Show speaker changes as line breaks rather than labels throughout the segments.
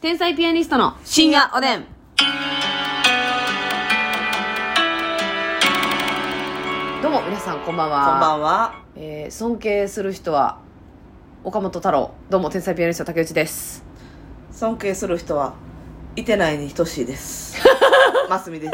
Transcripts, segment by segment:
天才ピアニストの深夜おでん。どうも皆さんこんばんは。
こんばんは。
えー尊敬する人は岡本太郎。どうも天才ピアニスト竹内です。
尊敬する人は、いてないに等し いです。ますみです。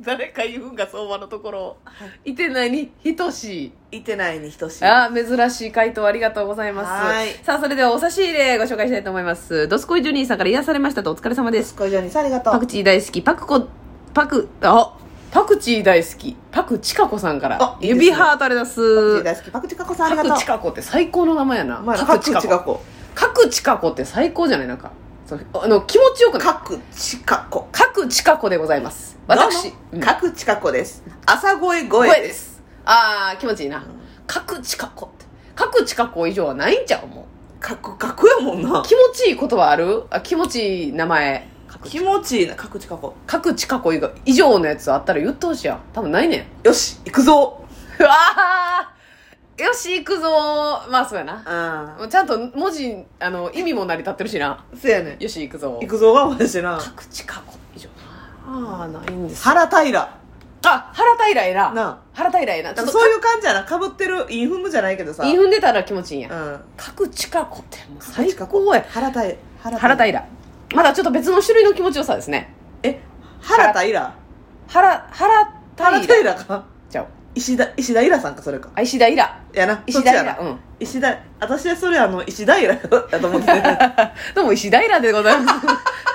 誰か言うんが相場のところ。いてないに等しい。
いてないに等しい。
あー珍しい回答ありがとうございます
はい
さあそれではお差し入れご紹介したいと思いますドスコイジュニーさんから癒されましたとお疲れ様です
スコイジョニーさんありがと
パク
う。
チー大好きパクコパクあパクチー大好きパクチカ子さんから
あいいですね
指ハートあれだす
大好き。パクチカコさんあ
パ
りが
ク
と
チ
う。
カ子って最高の名前やな
まあ
パクチカ
パクチカ
子
コ。
パクチカ子って最高じゃないなんかそのあの気持ちよくない
パクチカコ。
パクチカ子でございます私
どう
うん
もパクチカコです。朝声声
声で
です。
すああ気持ちいいな各チカ子って各チカ子以上はないんちゃうもう
カクカクやもんな。
気持ちいい言葉あるあ気持ちいい名前
気持ちいいな、カクチカコ。
各地過去以外以上のやつあったら言ってほしいやん多分ないねん
よし、行くぞ。
うわーよし行くぞーまあそうやな
う。
ちゃんと文字あの意味も成り立ってるしなん
せやねん。
よし行くぞ
行くぞがマジな。
各地過去以上ああないんで
腹平。
あ原平ええな
なあ
原平ええなちょっと
そういう感じやな。被ってる、インフムじゃないけどさ。
韻踏んでたら気持ちいいんや、
うん。
各地過去ってもう
カク
最
チカコ
高や
腹平。
原平まだちょっと別の種類の気持ちよさですね
え原田イラ
原原
原
平
田イラか
ちゃう
石田石田イラさんかそれか
あ石田イラ
やな
石田イ
そっち
ラ
やな
うん
石田私はそれあの石田イラ だと思ってた
どうも石平でござい ます。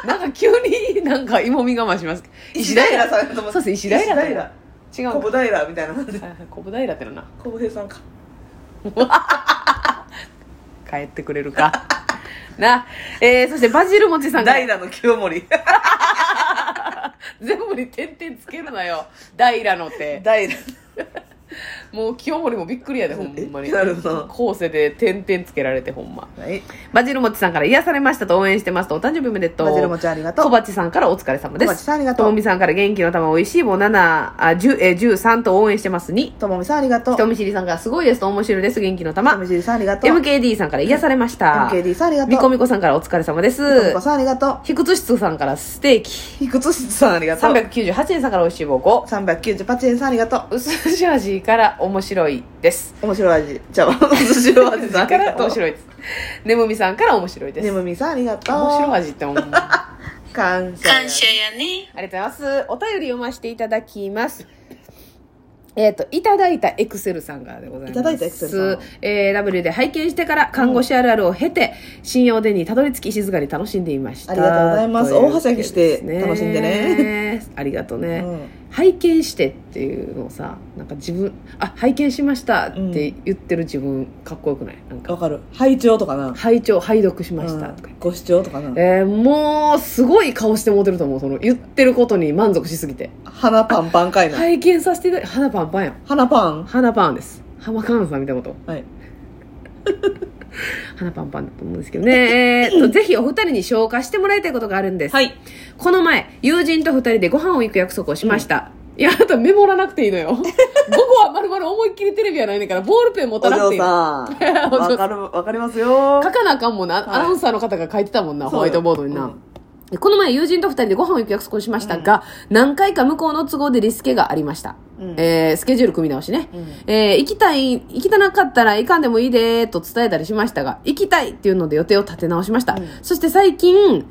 なんか急になんか芋みが増します。
石田イラさんやと思っ
そ
て
うです、石平
石平
違う
コ
の
ブ。ダイラみたいな感 じ
小ぶ平ってのな。
コブヘイさんか
帰ってくれるか。 な。えー、そしてバジルもちさんが
ダイラの清盛
全部に点々つけるなよ。 ダイラのって。
ダイラ
もう清盛もびっくりやで、ほんまに
え。なるほど
後世で点々つけられて、ほんま。
はい
バジルもちさんから癒されましたと応援してますと、お誕生日おめでとう。
バジルもちゃんありがとう
小鉢さんからお疲れ様です。
小鉢さんありがとう
ともみさんから元気の玉美味しいも7、あ、10、えー、13と応援してますに。
ともみさんありがとう
人見知りさんがすごいですと面白いです元気の
と
玉
みじりさんありがとう
MKD さんから癒されました、
MKD さんありがとう
みこみこさんからお疲れ様で
みこみ
す
こさんありがとう
卑屈室さんからステーキ
いくつしつさんありがとう
398円さんからおいしい棒5
398円さんありがとう
薄ジャージーから面白い です
面白い味じゃあ面白 い味さんあ
か
りが
ら
と
面
う
白いですねむみさんから面白いです
ねむみさんありがとう
面白い味って思うあ
感謝
感謝やね。
りがとうございますお便り読ませていただきますえっ、と、いただいたエクセルさんからでございます。
いただいたエクセルさん
えー W で拝見してから看護師あるあるを経て、信用でにたどり着き静かに楽しんでいました。
ありがとうございます
とうことで
大はしゃぎして楽しんでね。
ありがとう
う
ね、
ん
拝見してっていうのをさ、なんか自分、あ、拝見しましたって言ってる自分、かっこよくないなん
わ
か、
かる拝聴とかな
拝聴、拝読しましたとか言っ
う
て。
んご視聴とかな
えーもう、すごい顔してモテると思う。その、言ってることに満足しすぎて。
鼻パンパンかいな、
拝見させていただいて、鼻パンパンやん。
鼻パン
鼻パンです。浜カンさんみたいなこと。
はい
鼻パンパンだと思うんですけどね。えーっと、ぜひお二人に消化してもらいたいことがあるんです。
はい
この前、友人と二人でご飯を行く約束をしました。いや、あなたメモらなくていいの よ。午後はまるまる思いっきりテレビやないねんから、ボールペン持た
お
なく
嬢
ていい。書
さ んわかるわかりますよ
かなあかんもんな、
はい
アナウンサーの方が書いてたもんな、
そうよ
ホワイトボードにな。
うん
でこの前、友人と二人でご飯を行く約束をしましたが、何回か向こうの都合でリスケがありました。
うん
えースケジュール組み直しね。
うん
えー行きたい、行きたなかったら行かんでもいいでーと伝えたりしましたが、行きたいっていうので予定を立て直しました。
うん
そして最近、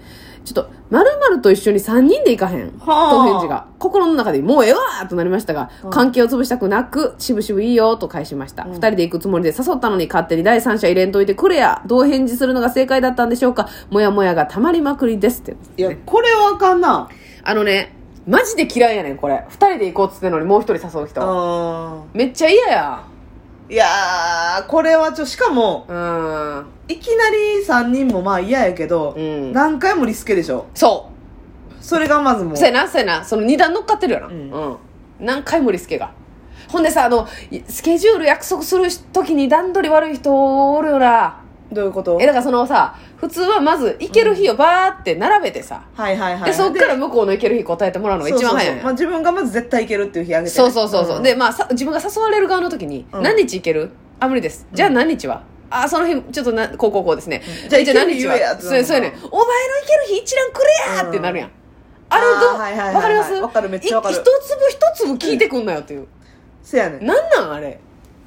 ちょっと、まるまると一緒に3人で行かへん。
はあ
と返事が。心の中で、もうええわーとなりましたが、
うん
関係を潰したくなく、しぶしぶいいよと返しました。
う
二、
ん
人で行くつもりで誘ったのに勝手に第三者入れんといてくれや。どう返事するのが正解だったんでしょうか。もやもやがたまりまくりですって。
いやこれはあかんな
あのね、マジで嫌いやねん、これ。二人で行こうっつってんのにもう一人誘う人。
う
めっちゃ嫌や。
んいやーこれはちょしかも
うん。
いきなり3人もまあ嫌やけど、
うん
何回もリスケでしょ
そ
それがまず
う。
もう
そうやな、そうやな。その二段乗っかってるよな。う。
うんん
何回もリスケが。ほんでさ、あの、いスケジュール約束する時に段取り悪い人おるよな。
どういうこと
え、だからそのさ、普通はまず行ける日をバーって並べてさ、
はいはいはい
で、そっから向こうの行ける日答えてもらうのが一番早い
そうそうそ
の
うまあ、
よ。
自分がまず絶対いけるっていう日あげてね
そうそうそうそう。
ん
で、まあさ、自分が誘われる側の時に、
うん
何日行けるあ、無理です。じゃあ何日は、あ、その日、ちょっとな、こうこうこうですね。
うんじゃあ
何日は
行ける日言えやってな
そ
る
う
の
そうやねん。お前の行ける日一覧くれや
うん
ってなるやん。あれ
あー
どう、
はいはいはいはい
わかります
わかるめっちゃわかる
い一粒一粒聞いてくんなよっていう。
せやねん
なんなんあれ。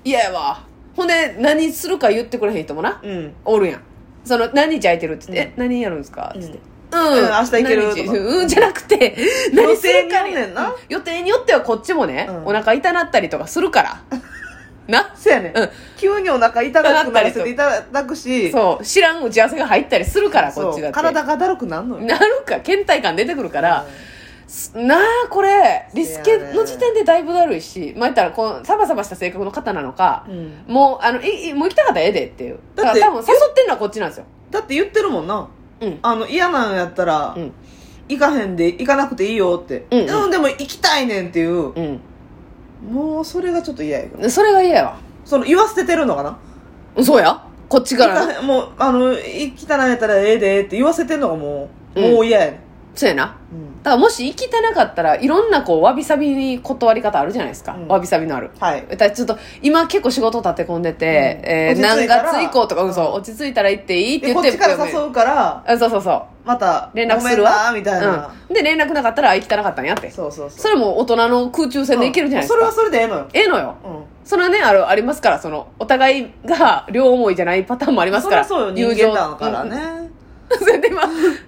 嫌やわ。ほんで、何するか言ってくれへん人もな。
うん
おるやん。その、何日空いてるって言って、え、何やるんですかって言って。うん、うん
明日行ける
何日
とか
うん、じゃなくて、何するか
予定によんねんな
う予定によってはこっちもね、
うん
お腹痛なったりとかする から。な
せやねん、
うん
急にお腹痛くならせていただくし
そう、知らん打ち合わせが入ったりするから、こっちだっ
そう
て。
体がだるくなんのよ
なるか、倦怠感出てくるから、すなあ、これ、リス
せ
ケ
やね
の時点でだいぶだるいし、まあ言ったら、この、サバサバした性格の方なのか、
うん
もう、あの、いいもう行きたかったらええでっていう。だ
だ
か
って
ら多分、誘ってんのはこっちなんですよ。
だって言ってるもんな
うん。
あの嫌なんやったら、
うん
行かへんで行かなくていいよって、
うんうん
でも行きたいねんっていう、
う
もうそれがちょっと嫌やけど
ん。それが嫌やわ。
その言わせててるのかな
そうやこっち
行
からな。
かへんもうあの行きたないやったらええでって言わせてんのがもう、
うん
もう嫌やねん、
そうやな。
うん、
だからもし行きたなかったらいろんなこうわびさびに断り方あるじゃないですか、
うん
わびさびのある
はい
だからちょっと今結構仕事立て込んでて、
うん
えー
落ち着
何
いたら
月以降とか、うん、そう
うん
落ち着いたら行っていいって
で
言
こ
っ
ってちから誘うから
あそうそうそ
また
連絡するわ
ごめんなみたいな、
う、うん、で連絡なかったらあ行きたなかったんやって
そうそうそう
それも大人の空中戦で行けるじゃないですか、
うんそれはそれでええのよ、
ええのよ
うん
それはねあるありますからそのお互いが両思いじゃないパターンもあります
そ
か
り
ら
ゃそうよ人間だからね、
うんそれで今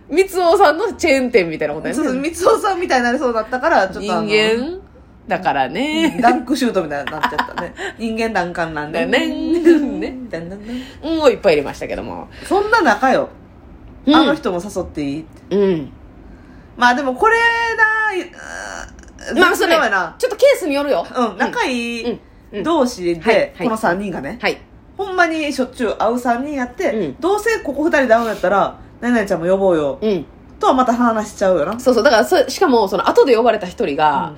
三尾さんのチェーン店みたいなことや
ちょっと
ね
三尾さんみたいになりそうだったからちょっ
人
とあの
間だからね、
ダンクシュートみたいになっちゃった ね人間弾丸なんだよね
ね
みたいな ね
うんをいっぱい入れましたけども。
そんな仲よ、
うん
あの人も誘っていい
うん。
まあでもこれな
まあそれ、ちょ
は
っ
な
とケースによるよ。
うん仲いい同士
はいはい
でこの3人がね
はい。
ほんまにしょっちゅう会う3人やって、
うん
どうせここ2人で会うんやったら何々ちゃんも呼ぼうよ、
うん。
とはまた話しちゃうよな
そうそう。だからそ、しかも、その、後で呼ばれた一人が、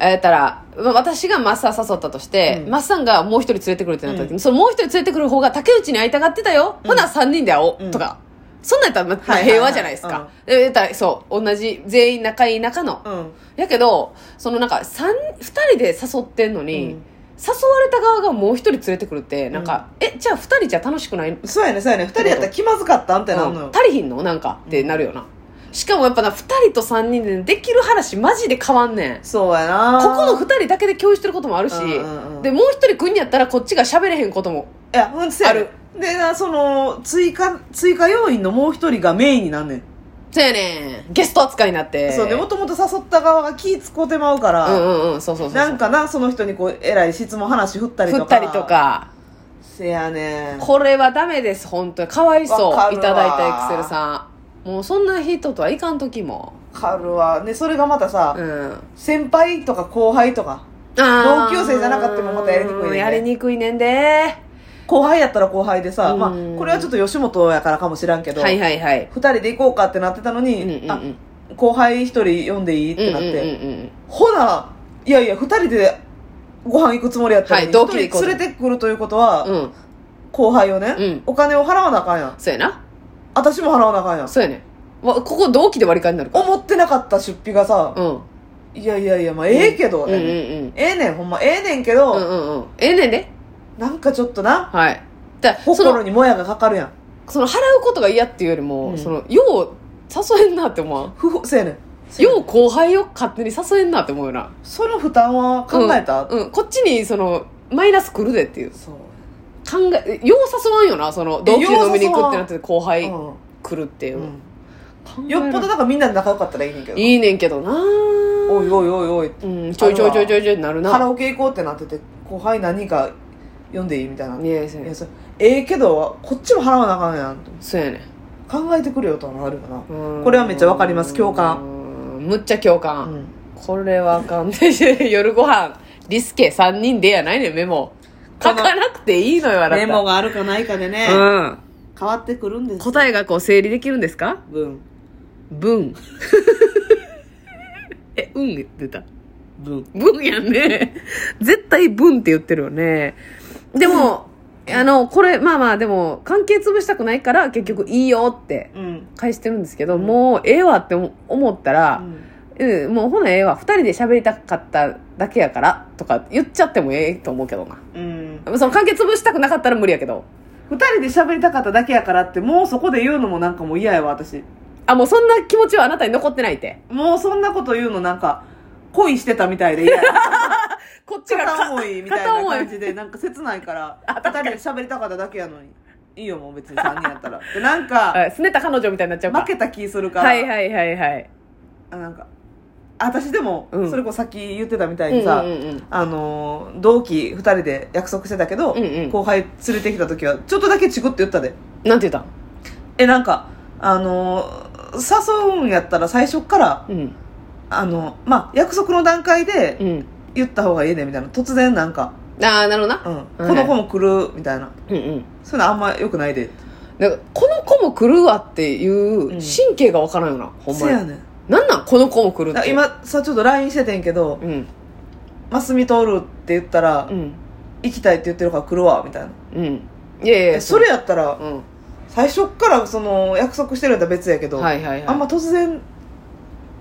えーたら、ま私がマッサン誘ったとして、
うん
マッサンがもう一人連れてくるってなった時に、
う
そのもう一人連れてくる方が竹内に会いたがってたよ。
うん
ほな、三人で会おう。
うん
とか。そんなんやったら、ままあ
はいはいはい
平和じゃないですか。えーたら、そう。同じ、全員仲いい仲の。
うん
やけど、そのなんか、三、二人で誘ってんのに、
うん
誘われた側がもう一人連れてくるって、なんか、え、じゃあ二人じゃ楽しくない
そうやねそうやね2人やったら気まずかったんってなるのよ、
足りひんのなんかってなるよな、しかもやっぱな2人と3人でできる話マジで変わんねんこ
そうやな
この2人だけで共有してることもあるし、
うんうんうん
でもう1人来んやったらこっちが喋れへんことも
いや、うん、せ
あ
や
る
る。でな、その、追加、追加要員のもう一人がメインになんねん。
そうやねんゲスト扱いになって
そうね、もともと誘った側が気使うてまうか
うん
ら、
うんうんそうそうそう
なんかな、その人にこう、えらい質問話振ったり
振
とか。
ったりと。か
せやねん。
これはダメです本当にかわいそ
わか
うい
るわ
ただいたエクセルさんもうそんな人とはいかん時も
かるわ。ね、それがまたさ、
うん
先輩とか後輩とか、
あー
同級生じゃなかったらまたやりにくいねんね
やりにくいねんで
後輩やったら後輩でさ、
うん
まあ、これはちょっと吉本やからかもしらんけど、
はいはいはい
二人で行こうかってなってたのに、
うんうんうん
あ後輩一人呼んでいいってなって、
うんうんうんうん
ほな、いやいや、二人でご飯行くつもりやったの
は
に、
い
一
同期で行こうと
人連れてくるということは、
うん。
後輩をね、
うん
お金を払わなあかんやん。
そうやな。
私も払わなあかんやん。
そうやね。わここ同期で割り勘になるか
思ってなかった出費がさ、
ら。うん。
いやいやいや、まあええけど
うん
ね、
うんうん。
ええねん、ほんま、ええねんけ
う
ど、
んうんうん。ええねんで。
なんかちょっとな、
はい。だからそ
心
の、
にもやがかかるやん。
その払うことが嫌っていうよりも、
うん
その、よう誘えんなって思わん。
ふふ、せえねん。
よう後輩を勝手に誘えんなって思うよな。
その負担は考えた、
うんうん。こっちに、その、マイナス来るでっていう。
そう。
考え、よう誘わんよな、その、同級で飲みに行くってなってて後輩来るっていうう。
ん
考
うん
えら
よ
れん
っぽどだからみんなで仲良かったらいいねんけど。
いいねんけどな
おいおいおいおいって。
うん、ちょいちょいちょいちょいちょいなるな。
カラオケ行こうってなってて後輩何人か読んでいいみたいな、
いやそう
い
や
やそれええけどこっちも払わなあかんやんと
そうやねん。
考えてくれよとはなるよな
うん
これはめっちゃわかります共感
うんむっちゃ共感、
うん
これはあかんで 夜ご飯リスケ3人でやないねんメモ書かなくていいのよあなた
メモがあるかないかでね、
うん
変わってくるんです
答えがこう整理できるんですか
文
文 えうんって言った
文
文やんね絶対文って言ってるよねでも、あのこれまあまあでも関係潰したくないから結局いいよって
うん
返してるんですけど、もうええわって思思ったら、うん、もうほなええわ2人で喋りたかっただけやからとか言っちゃってもええと思うけどな
うん
その関係潰したくなかったら無理やけど
二人で喋りたかっただけやからって、もうそこで言うのもなんかもう嫌やわ、私。
あ、もうそんな気持ちはあなたに残ってないって。
もうそんなこと言うのなんか、恋してたみたいで 嫌や。
こっちが
片
か
思いみたい
片
な
思い
感じで、なんか切ない から、
あ
二人で喋りたかっただけやのに。いいよ、もう別に三人やったら。で、なんか、
あ、すねた彼女みたいになっちゃうか。
負けた気するから、
はいはいはいはい。
あなんか、あ私でも、
うん
それこそさっき言ってたみた
う
い
んう
にさ、
んうん。
あのー同期二人で約束してたけど、
うんうん
後輩連れてきた時はちょっとだけチクって言ったで
なんて言ったん
えなんかあのー誘うんやったら最初っから
うん。
あのまあ約束の段階
う
で
ん。
言った方がいいねみたいな突然なんか、
ああ、なるほどな。
うん
はい
この子も来るみたいな
うんうん。
そういうのあんまよくないで
なんか、この子も来るわっていう
うん
神経がわからんよな、ほん
せ
ま
や
に。
ねん
なんなんこの子も来るっ
だ
て。、
今さちょっと LINE しててんけど
うん。
「ますみ通る」って言ったら、
うん。
行きたいって言ってるから来るわ」みたいな
うん。いやい
え
や、
それ、やったら
うん。
最初っからその約束してるんだ別やけど、
はいはいはい。
あんま突然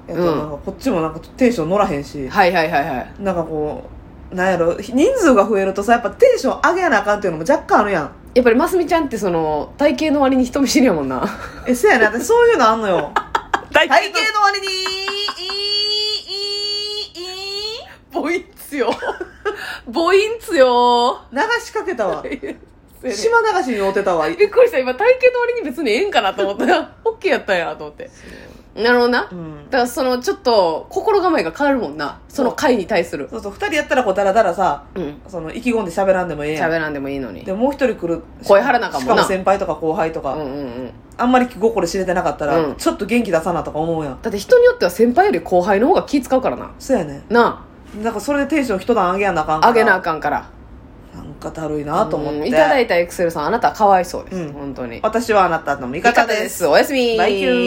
や
う
と
ん
なんかこっちもなんかテンション乗らへんし、
はいはいはいはい。
なんかこうなんやろ人数が増えるとさやっぱテンション上げなあかんっていうのも若干あるやん
やっぱりますみちゃんってその、体型の割に人見知りやもんな。
えせやね私そういうのあんのよ
体
体型の割に
ボイン強。 ボイン強。
流しかけたわ
し
島流しに乗ってたわ
びっくりした。今、体型の割に別にええんかなと思った ら、オッケーやったんやと思って。なるほどな。
う
だ
ん
から、その、ちょっと、心構えが変わるもんな。その会に対する。
そうそう二人やったらこうダラダラさ
うん。
その意気込んで喋らんでもええやん
喋らんでもいいのに。
でもう一人来る
声張らなあかんもん
しか
な
も先輩とか後輩と
う
か、
んうんうん。
あんまり気心知れてなかったら、
うん
ちょっと元気出さなとか思うやん
だって人によっては先輩より後輩の方が気使うからな。
そうやね
な
なんかそれでテンション一段上げやなあかん
あ、
から
あげなあかんから。
なんかだるいなと思って、
うんいただいたエクセルさん、あなたはかわいそうです。
うん
本当に。
私はあなたの味方です
おやすみ。
バイキュー